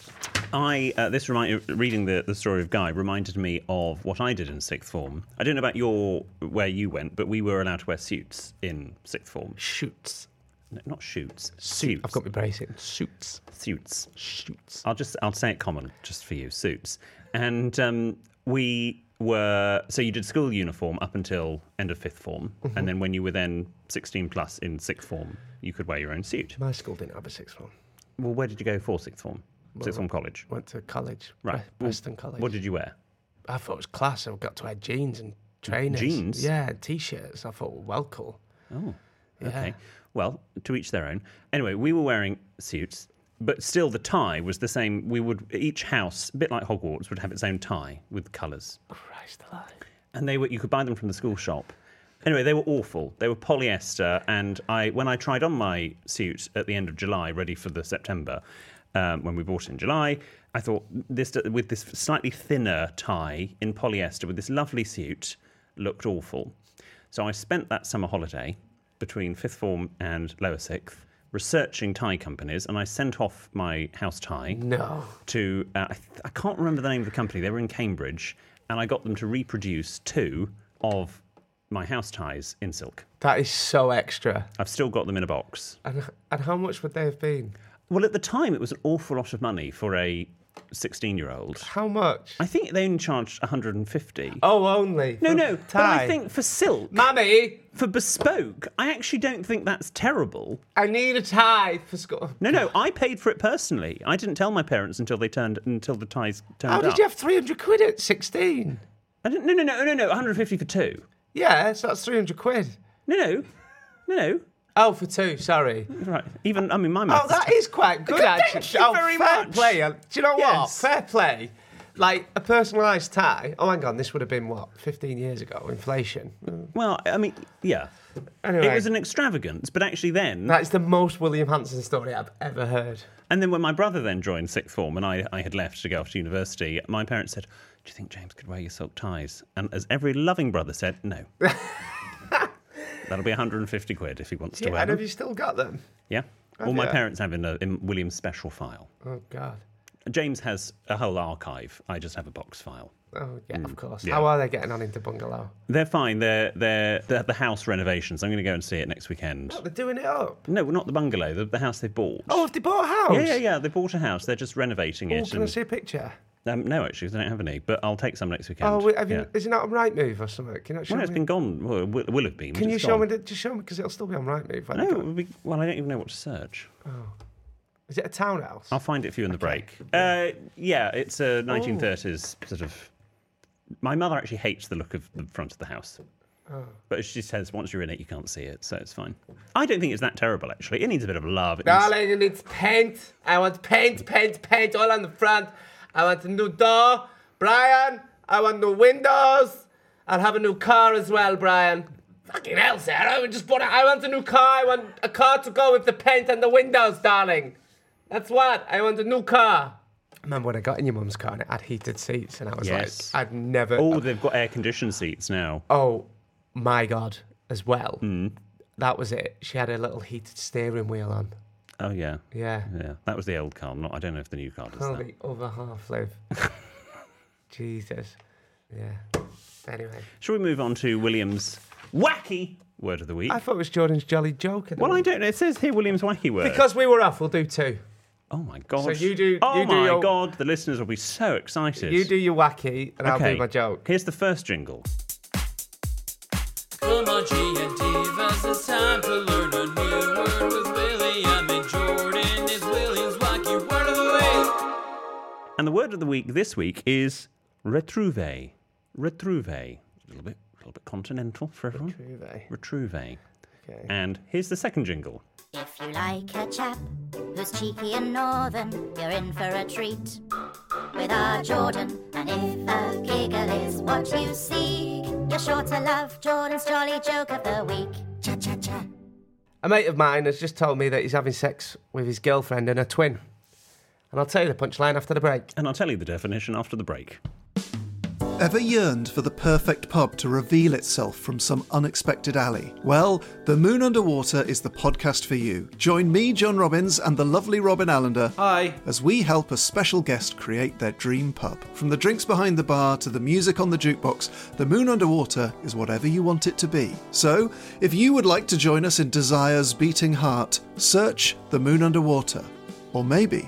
S4: I uh, this remind, reading the, the story of Guy reminded me of what I did in sixth form. I don't know about your where you went, but we were allowed to wear suits in sixth form.
S5: Shoots.
S4: No, not shoots,
S5: Suits.
S4: suits.
S5: I've got my brace in. Suits.
S4: suits.
S5: Shoots.
S4: I'll just I'll say it common just for you, suits. And um, we were so you did school uniform up until end of fifth form,
S5: Mm-hmm.
S4: and then when you were then sixteen plus in sixth form, you could wear your own suit.
S5: My school didn't have a sixth form.
S4: Well, where did you go for sixth form? Sixth form college,
S5: Went to college.
S4: right?
S5: Bre-
S4: Well,
S5: Preston College.
S4: What did you wear?
S5: I thought it was class. I got to wear jeans and trainers.
S4: Jeans?
S5: Yeah, and t-shirts. I thought were well cool.
S4: Oh,
S5: Yeah.
S4: okay. Well, to each their own. Anyway, we were wearing suits, but still the tie was the same. We would each house, a bit like Hogwarts, would have its own tie with colours,
S5: Christ alive.
S4: and they were you could buy them from the school shop. Anyway, they were awful. They were polyester, and I when I tried on my suit at the end of July, ready for the September, um, when we bought it in July, I thought this with this slightly thinner tie in polyester with this lovely suit looked awful. So I spent that summer holiday between fifth form and lower sixth researching tie companies, and I sent off my house tie
S5: No.
S4: to uh, I, th- I can't remember the name of the company. They were in Cambridge, and I got them to reproduce two of my house ties in silk.
S5: That is so extra.
S4: I've still got them in a box.
S5: And and how much would they have been?
S4: Well, at the time, it was an awful lot of money for a sixteen-year-old.
S5: How much?
S4: I think they only charged one hundred and fifty.
S5: Oh, only.
S4: no,
S5: for
S4: no. But
S5: tie.
S4: I think for silk,
S5: Mummy,
S4: for bespoke, I actually don't think that's terrible.
S5: I need a tie for school.
S4: No, no. I paid for it personally. I didn't tell my parents until they turned until the ties turned
S5: How
S4: up.
S5: did you have 300 quid at 16?
S4: I didn't, no, no, no, no, no. One hundred fifty for two.
S5: Yeah, so that's 300 quid.
S4: No, no, no, no.
S5: Oh, for two, sorry.
S4: Right. Even I mean, my
S5: Oh,
S4: maths.
S5: that is quite good,
S4: Thank
S5: actually.
S4: you
S5: oh,
S4: very
S5: fair
S4: much.
S5: play. Do you know what?
S4: Yes.
S5: Fair play. Like a personalised tie. Oh, hang on, this would have been what, 15 years ago? Inflation.
S4: Well, I mean, yeah.
S5: Anyway.
S4: It was an extravagance, but actually, then
S5: That's the most William Hanson story I've ever heard.
S4: and then when my brother then joined sixth form and I, I had left to go off to university, my parents said, "Do you think James could wear your silk ties?" And as every loving brother said, "No." That'll be 150 quid if he wants to
S5: Yeah,
S4: wear
S5: and
S4: them.
S5: have you still got them?
S4: Yeah. All my
S5: yeah.
S4: parents have in, a, in William's special file.
S5: Oh God.
S4: James has a whole archive. I just have a box file.
S5: Oh yeah, of course.
S4: Mm, yeah.
S5: How are they getting on into bungalow?
S4: They're fine. They're they're, they're at the house renovations. I'm going to go and see it next weekend.
S5: They're doing it up.
S4: No, not the bungalow. The, the house they bought.
S5: Oh, have they bought a house?
S4: Yeah, yeah, yeah. They bought a house. They're just renovating
S5: Oh,
S4: it.
S5: can I
S4: and-
S5: see a picture?
S4: um, no, actually, they don't have any. But I'll take some next weekend.
S5: Oh, wait, have you,
S4: Yeah.
S5: is it not on Right Move or something? Can you show
S4: well, it's
S5: me?
S4: been gone. Well, it will, will have been. but
S5: Can you
S4: it's
S5: show me?
S4: gone.
S5: The, just show me because it'll still be on Right Move.
S4: No, it would be, well, I don't even know what to search.
S5: Oh. Is it a townhouse?
S4: I'll find it for you in the break. Uh, yeah, it's a
S5: Oh.
S4: 1930s sort of. My mother actually hates the look of the front of the house.
S5: Oh.
S4: But she says once you're in it, you can't see it, so it's fine. I don't think it's that terrible, actually. It needs a bit of love. It needs-
S5: Darling, it needs paint. I want paint, paint, paint all on the front. I want a new door. Brian, I want new windows. I'll have a new car as well, Brian. Fucking hell, Sarah. We just bought a, I want a new car. I want a car to go with the paint and the windows, darling. That's what. I want a new car. Remember when I got in your mum's car and it had heated seats, and I was
S4: Yes.
S5: like, I'd never. uh,
S4: Oh, they've got air conditioned seats now.
S5: oh my god as well that was it she had a little heated steering wheel on
S4: Oh yeah.
S5: yeah Oh,
S4: Yeah, that was the old car. Not, I don't know if the new car does
S5: well
S4: that.
S5: the other half live jesus yeah anyway
S4: Shall we move on to William's wacky word of the week?
S5: i thought it was jordan's jolly joke at the
S4: well, I
S5: moment.
S4: don't know. It says here William's wacky word.
S5: because we were off we'll do two
S4: oh my god.
S5: So you do-
S4: Oh
S5: you do
S4: my
S5: your-
S4: god. The listeners will be so excited.
S5: you do your wacky and i'll do my joke
S4: Here's the first jingle.
S6: Curmudgeon and divas, it's time to learn a new word with William and Jordan. Is William's wacky word of the week?
S4: And the word of the week this week is retrouve. Retrouve. A little bit, a little bit continental for everyone.
S5: Retrouvé.
S4: Retrouve.
S5: Okay.
S4: And here's the second jingle.
S7: If you like a chap who's cheeky and northern, you're in for a treat with our Jordan. And if a giggle is what you seek, you're sure to love Jordan's jolly joke of the week. Cha cha cha.
S5: a mate of mine has just told me that he's having sex with his girlfriend and her twin and i'll tell you the punchline after the break
S4: And I'll tell you the definition after the break.
S8: Ever yearned for the perfect pub to reveal itself from some unexpected alley? Well, The Moon Underwater is the podcast for you. Join me, John Robbins, and the lovely Robin Allender
S6: Hi.
S8: as we help a special guest create their dream pub. From the drinks behind the bar to the music on the jukebox, The Moon Underwater is whatever you want it to be. So, if you would like to join us in Desire's beating heart, search The Moon Underwater. Or maybe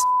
S2: f-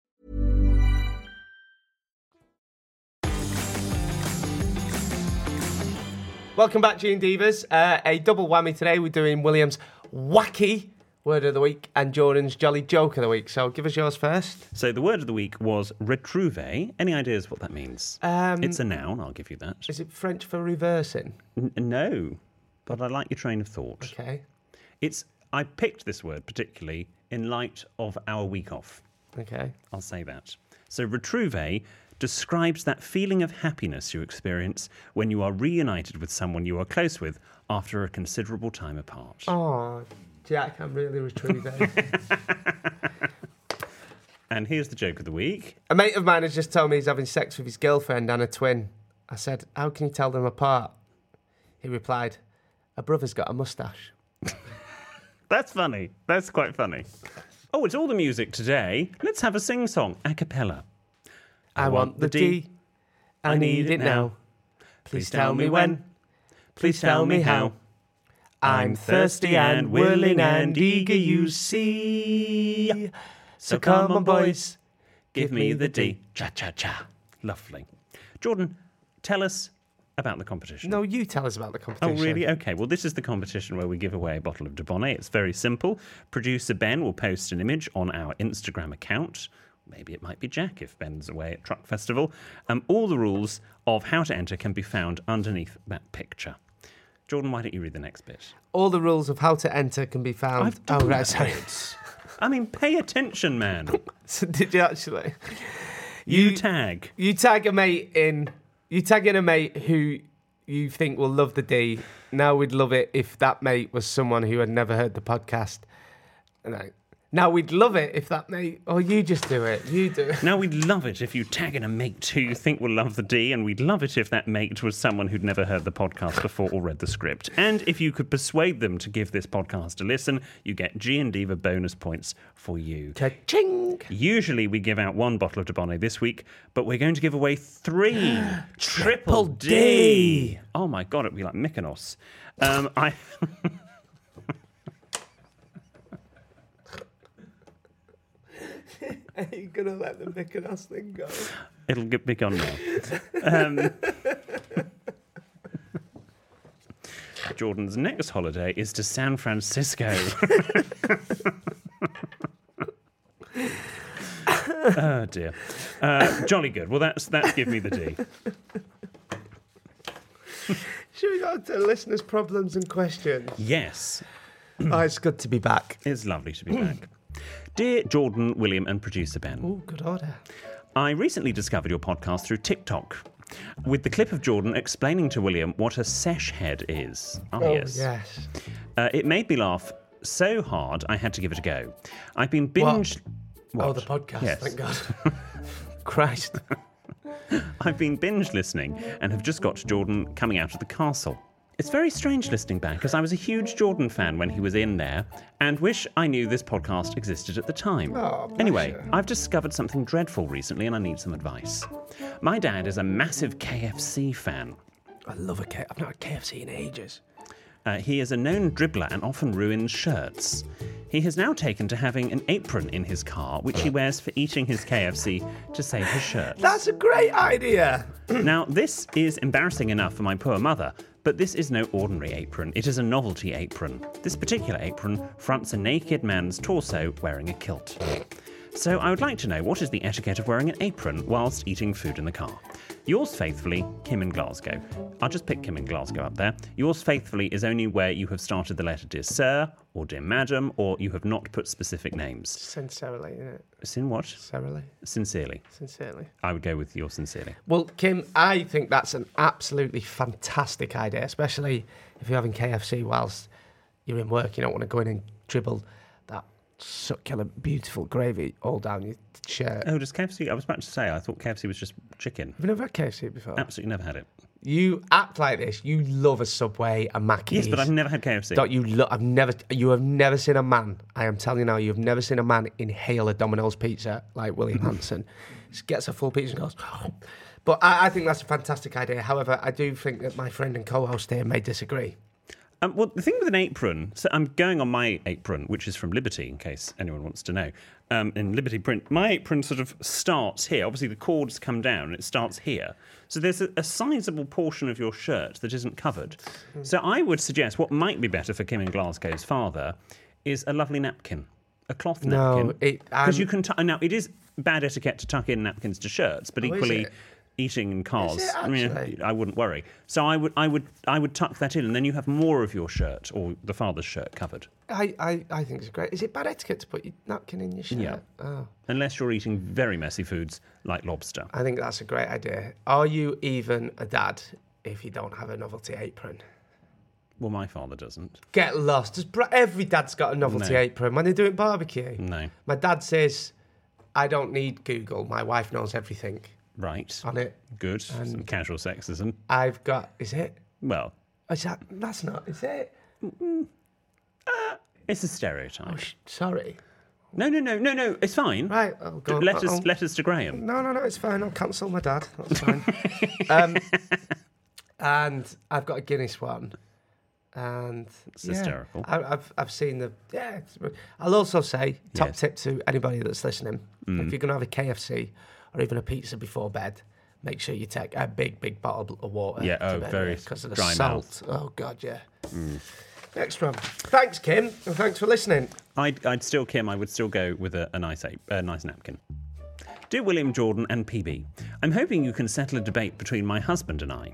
S5: Welcome back, Gene Divas. Uh, a double whammy today. We're doing William's wacky word of the week and Jordan's jolly joke of the week. So give us yours first.
S4: So the word of the week was retrouve. Any ideas what that means?
S5: Um,
S4: it's a noun. I'll give you that.
S5: Is it French for reversing?
S4: N- no, but I like your train of thought.
S5: Okay.
S4: It's I picked this word particularly in light of our week off.
S5: Okay.
S4: I'll say that. So retrouve describes that feeling of happiness you experience when you are reunited with someone you are close with after a considerable time apart.
S5: Oh, Jack, I'm really retrieving.
S4: And here's the joke of the week.
S5: a mate of mine has just told me he's having sex with his girlfriend and a twin. I said, How can you tell them apart? He replied, A brother's got a mustache.
S4: That's funny. That's quite funny. Oh, it's all the music today. Let's have a sing song a cappella.
S5: I, want the D. I need it now. Please tell me when. Please tell me how. I'm thirsty and willing and eager, you see. So come on, boys.
S4: Give me the D. Cha cha cha. Lovely. Jordan, tell us about the competition.
S5: No, you tell us about the
S4: Oh,
S5: competition.
S4: really? Okay. Well, this is the competition where we give away a bottle of Dubonnet. It's very simple. Producer Ben will post an image on our Instagram account. Maybe it might be Jack if Ben's away at Truck Festival. Um, all the rules of how to enter can be found underneath that picture. Jordan, why don't you read the next bit?
S5: All the rules of how to enter can be found.
S4: I've done
S5: oh, right,
S4: that
S5: sorry.
S4: I mean, pay attention, man.
S5: So Did you actually?
S4: You tag.
S5: You tag a mate in. You tag in a mate who you think will love the D. Now we'd love it if that mate was someone who had never heard the podcast. And I, now we'd love it if that mate. Oh, you just do it. You do it.
S1: Now we'd love it if you tag in a mate who you think will love the D, and we'd love it if that mate was someone who'd never heard the podcast before or read the script. And if you could persuade them to give this podcast a listen, you get G and Diva bonus points for you.
S5: Ching.
S1: Usually we give out one bottle of Dubonnet this week, but we're going to give away three triple D. Oh my god, it'd be like Mykonos. Um, I
S5: Are you gonna let the Mykonos thing go?
S1: It'll get big on now. Um, Jordan's next holiday is to San Francisco. oh dear, uh, jolly good. Well, that's that's give me the D.
S5: Should we go on to listeners' problems and questions?
S1: Yes,
S5: oh, it's good to be back.
S1: it's lovely to be back, dear Jordan, William, and producer Ben.
S5: Oh, good order.
S1: I recently discovered your podcast through TikTok with the clip of Jordan explaining to William what a sesh head is. Oh,
S5: Oh,
S1: yes.
S5: yes.
S1: Uh, it made me laugh so hard I had to give it a go. I've been binge.
S5: Oh,
S1: What?
S5: the podcast.
S1: Yes.
S5: Thank God. Christ.
S1: I've been binge listening and have just got to Jordan coming out of the castle. It's very strange listening back, as I was a huge Jordan fan when he was in there, and wish I knew this podcast existed at the time. anyway, I've discovered something dreadful recently, and I need some advice. My dad is a massive KFC fan.
S5: I love a K. I've not had KFC in ages.
S1: Uh, he is a known dribbler and often ruins shirts. He has now taken to having an apron in his car, which he wears for eating his KFC to save his shirt.
S5: That's a great idea.
S1: Now, this is embarrassing enough for my poor mother, but this is no ordinary apron. It is a novelty apron. This particular apron fronts a naked man's torso wearing a kilt. So, I would like to know what is the etiquette of wearing an apron whilst eating food in the car? Yours faithfully, Kim in Glasgow. I'll just pick Kim in Glasgow up there. Yours faithfully is only where you have started the letter dear sir, or dear madam, or you have not put specific names.
S5: Sincerely, innit?
S1: Sin what?
S5: Sincerely.
S1: Sincerely.
S5: Sincerely.
S1: I would go with yours sincerely.
S5: Well, Kim, I think that's an absolutely fantastic idea, especially if you're having KFC whilst you're in work. You don't want to go in and dribble that succulent, beautiful gravy all down your shirt.
S1: Oh, does KFC? I was about to say, I thought KFC was just chicken.
S5: Have you never had KFC before?
S1: Absolutely never had it.
S5: You act like this. You love a Subway, a Mackey's.
S1: Yes, but I've never had KFC.
S5: Don't you look? I've never. You have never seen a man. I am telling you now. You have never seen a man inhale a Domino's pizza like William Hanson. Just gets a full pizza and goes. But I, I think that's a fantastic idea. However, I do think that my friend and co-host here may disagree.
S1: Um, well, the thing with an apron, so I'm going on my apron, which is from Liberty, in case anyone wants to know. Um, in Liberty print, my apron sort of starts here. Obviously, the cords come down and it starts here. So there's a, a sizable portion of your shirt that isn't covered.
S5: Hmm.
S1: So I would suggest what might be better for Kim in Glasgow's father is a lovely napkin, a cloth
S5: No,
S1: napkin.
S5: it-
S1: because you
S5: I'm-
S1: can. Tu- now it is bad etiquette to tuck in napkins to shirts, but
S5: Oh, is
S1: equally.
S5: it?
S1: Eating in cars.
S5: Is it
S1: I mean,
S5: actually?
S1: I wouldn't worry. So I would, I would, I would tuck that in, and then you have more of your shirt or the father's shirt covered,
S5: I, I, I think it's great. Is it bad etiquette to put your napkin in your shirt?
S1: Yeah.
S5: Oh,
S1: unless you're eating very messy foods like lobster.
S5: I think that's a great idea. Are you even a dad if you don't have a novelty apron?
S1: Well, my father doesn't.
S5: Get lost. Does br- every dad's got a novelty
S1: No.
S5: apron when they're doing barbecue.
S1: No,
S5: My dad says, I don't need Google. My wife knows everything
S1: right?
S5: on it.
S1: Good. Some casual sexism.
S5: I've got, is it?
S1: Well,
S5: Is that, that's not, is it?
S1: it's a stereotype.
S5: Oh, Sh- Sorry.
S1: No, no, no, no, no. It's fine.
S5: Right, I'll go.
S1: Letters,
S5: uh-oh.
S1: letters to Graham.
S5: No, no, no, it's fine. I'll cancel my dad. That's fine. um, and I've got a Guinness one. And it's
S1: hysterical.
S5: I, I've, I've seen the, yeah. it's- I'll also say, top
S1: Yes. Mm.
S5: tip to anybody that's listening if you're going to have a KFC or even a pizza before bed, make sure you take a big, big bottle of water.
S1: Yeah,
S5: to
S1: oh,
S5: bed
S1: very
S5: Because of the
S1: dry mouth. Mm.
S5: salt. Oh, God, yeah. Next one. Thanks, Kim, and thanks for listening.
S1: I'd, I'd still Kim. I would still go with a, a nice ape, a nice napkin. Dear William Jordan and PB, I'm hoping you can settle a debate between my husband and I.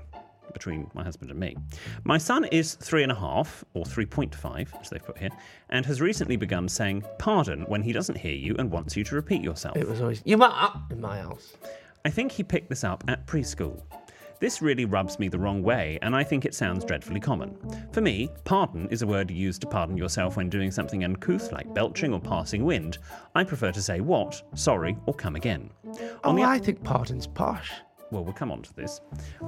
S1: Between my husband and me. My son is three and a half, or 3.5, as they've put here, and has recently begun saying pardon when he doesn't hear you and wants you to repeat yourself.
S5: It was always, you might up in my house.
S1: I think he picked this up at preschool. This really rubs me the wrong way, and I think it sounds dreadfully common. For me, pardon is a word used to pardon yourself when doing something uncouth like belching or passing wind. I prefer to say what, sorry, or come again.
S5: Oh, I think pardon's posh.
S1: Well, we'll come on to this.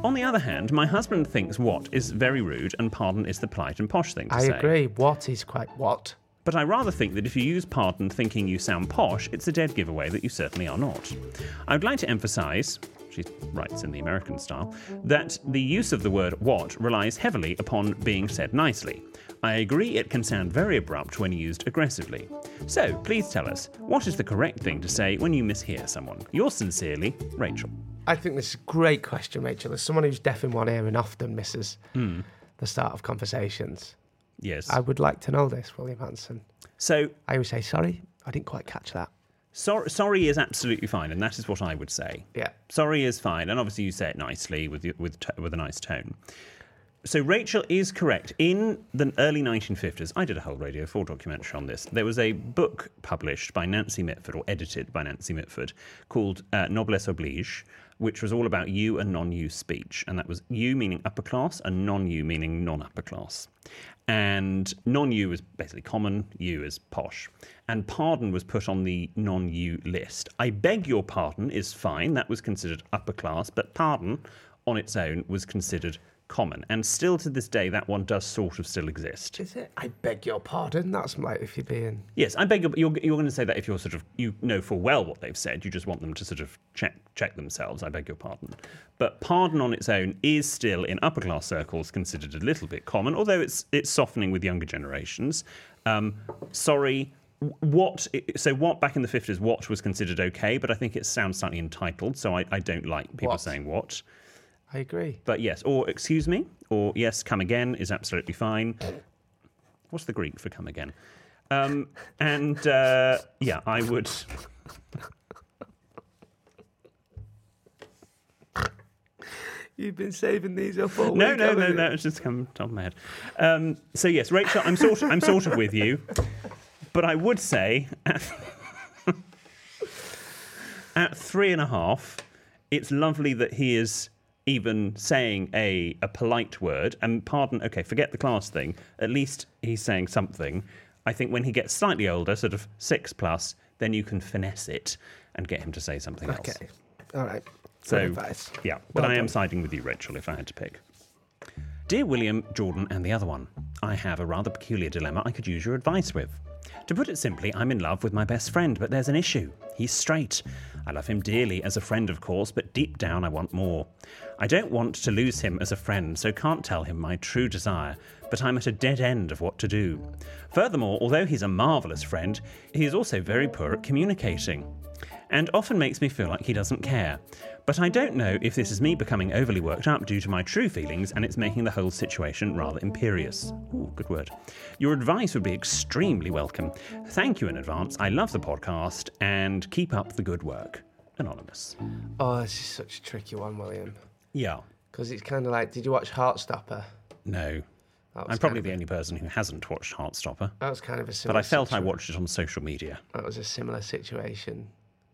S1: On the other hand, my husband thinks what is very rude and pardon is the polite and posh thing to
S5: I
S1: say.
S5: agree. What is quite what?
S1: But I rather think that if you use pardon thinking you sound posh, it's a dead giveaway that you certainly are not. I would like to emphasise, she writes in the American style, that the use of the word what relies heavily upon being said nicely. I agree it can sound very abrupt when used aggressively. So please tell us, what is the correct thing to say when you mishear someone? Yours sincerely, Rachel.
S5: I think this is a great question, Rachel. As someone who's deaf in one ear and often misses
S1: Hmm.
S5: the start of conversations,
S1: Yes.
S5: I would like to know this, William Hanson.
S1: so
S5: I always say, sorry, I didn't quite catch that.
S1: sor- sorry is absolutely fine, and that is what I would say.
S5: Yeah.
S1: sorry is fine, and obviously you say it nicely with the- with t- with a nice tone. So Rachel is correct. In the early 1950s, I did a whole Radio 4 documentary on this. There was a book published by Nancy Mitford, or edited by Nancy Mitford, called uh, Noblesse Oblige, which was all about you and non-you speech, and that was you meaning upper class and non-you meaning non-upper class. And non-you is basically common, you is posh. And pardon was put on the non-you list. I beg your pardon is fine. That was considered upper class, but pardon on its own was considered common. And still to this day, that one does sort of still exist.
S5: Is it? I beg your pardon. That's like if you're being.
S1: Yes, I beg your, you're, you're going to say that if you're sort of, you know full well what they've said, you just want them to sort of check, check themselves. I beg your pardon. But pardon on its own is still in upper class circles considered a little bit common, although it's, it's softening with younger generations. Um, sorry. w- What so what back in the fifties? What was considered okay, but I think it sounds slightly entitled, so I, I don't like people
S5: What?
S1: saying what.
S5: I agree.
S1: But yes, or excuse me, or yes, come again is absolutely fine. What's the Greek for come again? Um, and uh, yeah, I would.
S5: You've been saving these up all
S1: No,
S5: week,
S1: no, no,
S5: haven't
S1: no.
S5: you?
S1: It's just come top of my head. Um, so yes, Rachel, I'm sort, I'm sort of with you, but I would say at, at three and a half, it's lovely that he is even saying a a polite word and pardon. Okay, forget the class thing. At least he's saying something. I think when he gets slightly older, sort of six plus, then you can finesse it and get him to say something else.
S5: Okay. All right.
S1: So,
S5: Good advice.
S1: yeah, but
S5: Well
S1: I am
S5: done.
S1: siding with you, Rachel, if I had to pick. Dear William, Jordan, and the other one, I have a rather peculiar dilemma I could use your advice with. To put it simply, I'm in love with my best friend, but there's an issue. He's straight. I love him dearly as a friend, of course, but deep down I want more. I don't want to lose him as a friend, so can't tell him my true desire, but I'm at a dead end of what to do. Furthermore, although he's a marvellous friend, he is also very poor at communicating and often makes me feel like he doesn't care. But I don't know if this is me becoming overly worked up due to my true feelings and it's making the whole situation rather imperious. Ooh, good word. Your advice would be extremely welcome. Thank you in advance. I love the podcast and keep up the good work. Anonymous.
S5: Oh, this is such a tricky one, William.
S1: Yeah.
S5: Because it's kind of like, did you watch Heartstopper?
S1: No.
S5: That
S1: I'm
S5: was
S1: probably
S5: kind of
S1: the only person who hasn't watched Heartstopper,
S5: That was kind of a
S1: but
S5: similar.
S1: I felt I
S5: situa-
S1: watched it on social media.
S5: That was a similar situation.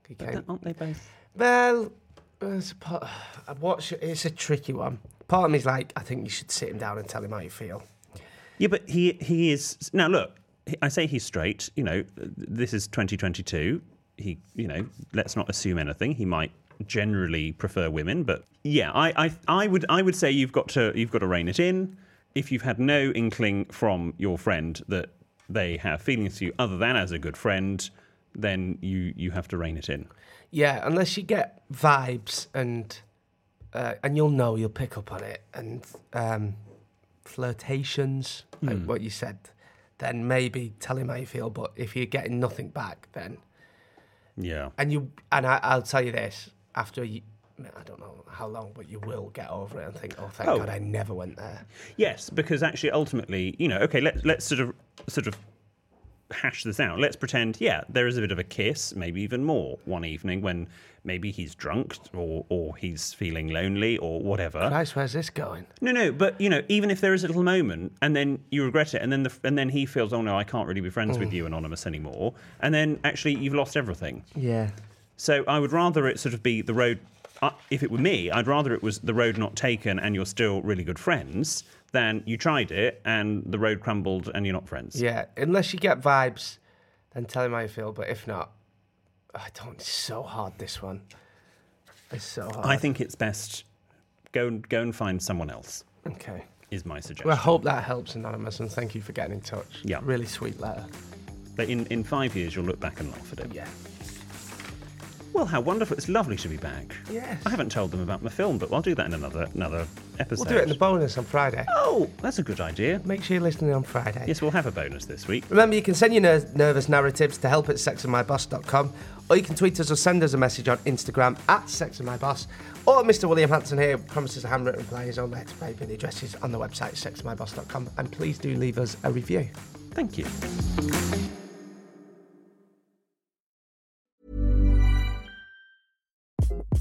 S5: He came-
S1: Aren't they both?
S5: Well, it's a part, I watch, it's a tricky one. Part of me's like, I think you should sit him down and tell him how you feel.
S1: Yeah, but he he is now. Look, he- I say he's straight. You know, this is 2022. He, you know, let's not assume anything. He might generally prefer women, but yeah, I, I I would I would say you've got to you've got to rein it in. If you've had no inkling from your friend that they have feelings for you other than as a good friend, then you you have to rein it in.
S5: Yeah, unless you get vibes and uh, and you'll know, you'll pick up on it. And um, flirtations, like what you said, then maybe tell him how you feel. But if you're getting nothing back, then
S1: Yeah.
S5: and you and I, I'll tell you this after you. I don't know how long, but you will get over it and think, "Oh, thank
S1: Oh.
S5: God, I never went there."
S1: Yes, because actually, ultimately, you know, okay, let's let's sort of sort of hash this out. Let's pretend, yeah, there is a bit of a kiss, maybe even more, one evening when maybe he's drunk or or he's feeling lonely or whatever.
S5: Christ, where's this going?
S1: No, no, but you know, even if there is a little moment, and then you regret it, and then the, and then he feels, oh no, I can't really be friends with you, anonymous anymore, and then actually you've lost everything.
S5: Yeah,
S1: So I would rather it sort of be the road I if it were me, I'd rather it was the road not taken and you're still really good friends than you tried it and the road crumbled and you're not friends.
S9: Yeah, unless you get vibes, then tell him how you feel. But if not, I don't. It's so hard. This one. It's so hard.
S1: I think it's best go and go and find someone else.
S9: Okay.
S1: Is my suggestion.
S9: Well, I hope that helps, Anonymous, and thank you for getting in touch.
S1: Yeah.
S9: Really sweet letter.
S1: But in, in five years, you'll look back and laugh at it.
S9: Yeah.
S1: Well, how wonderful! It's lovely to be back.
S9: Yes.
S1: I haven't told them about my film, but I'll do that in another another episode.
S9: We'll do it in the bonus on Friday.
S1: Oh, that's a good idea.
S9: Make sure you're listening on Friday.
S1: Yes, we'll have a bonus this week.
S9: Remember, you can send your ner- nervous narratives to help at sexandmyboss.com, or you can tweet us or send us a message on Instagram at sexandmyboss, or Mr. William Hanson here promises a handwritten reply in his own letter to play with the addresses on the website sexandmyboss.com, and please do leave us a review.
S1: Thank you.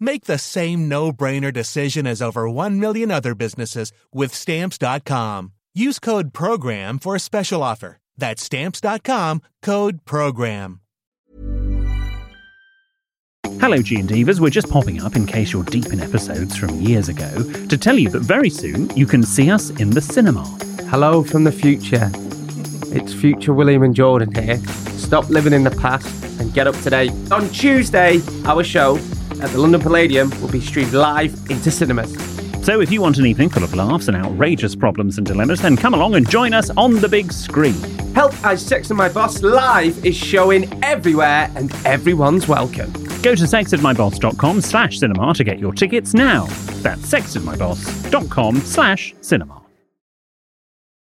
S5: Make the same no brainer decision as over 1 million other businesses with stamps.com. Use code PROGRAM for a special offer. That's stamps.com code PROGRAM.
S10: Hello, G and Divas. We're just popping up in case you're deep in episodes from years ago to tell you that very soon you can see us in the cinema.
S9: Hello from the future. It's future William and Jordan here. Stop living in the past and get up today. On Tuesday, our show at the London Palladium will be streamed live into cinemas.
S10: So if you want an evening full of laughs and outrageous problems and dilemmas, then come along and join us on the big screen.
S9: Help I Sex and My Boss Live is showing everywhere and everyone's welcome.
S10: Go to sexedmyboss.com slash cinema to get your tickets now. That's sexedmyboss.com slash cinema.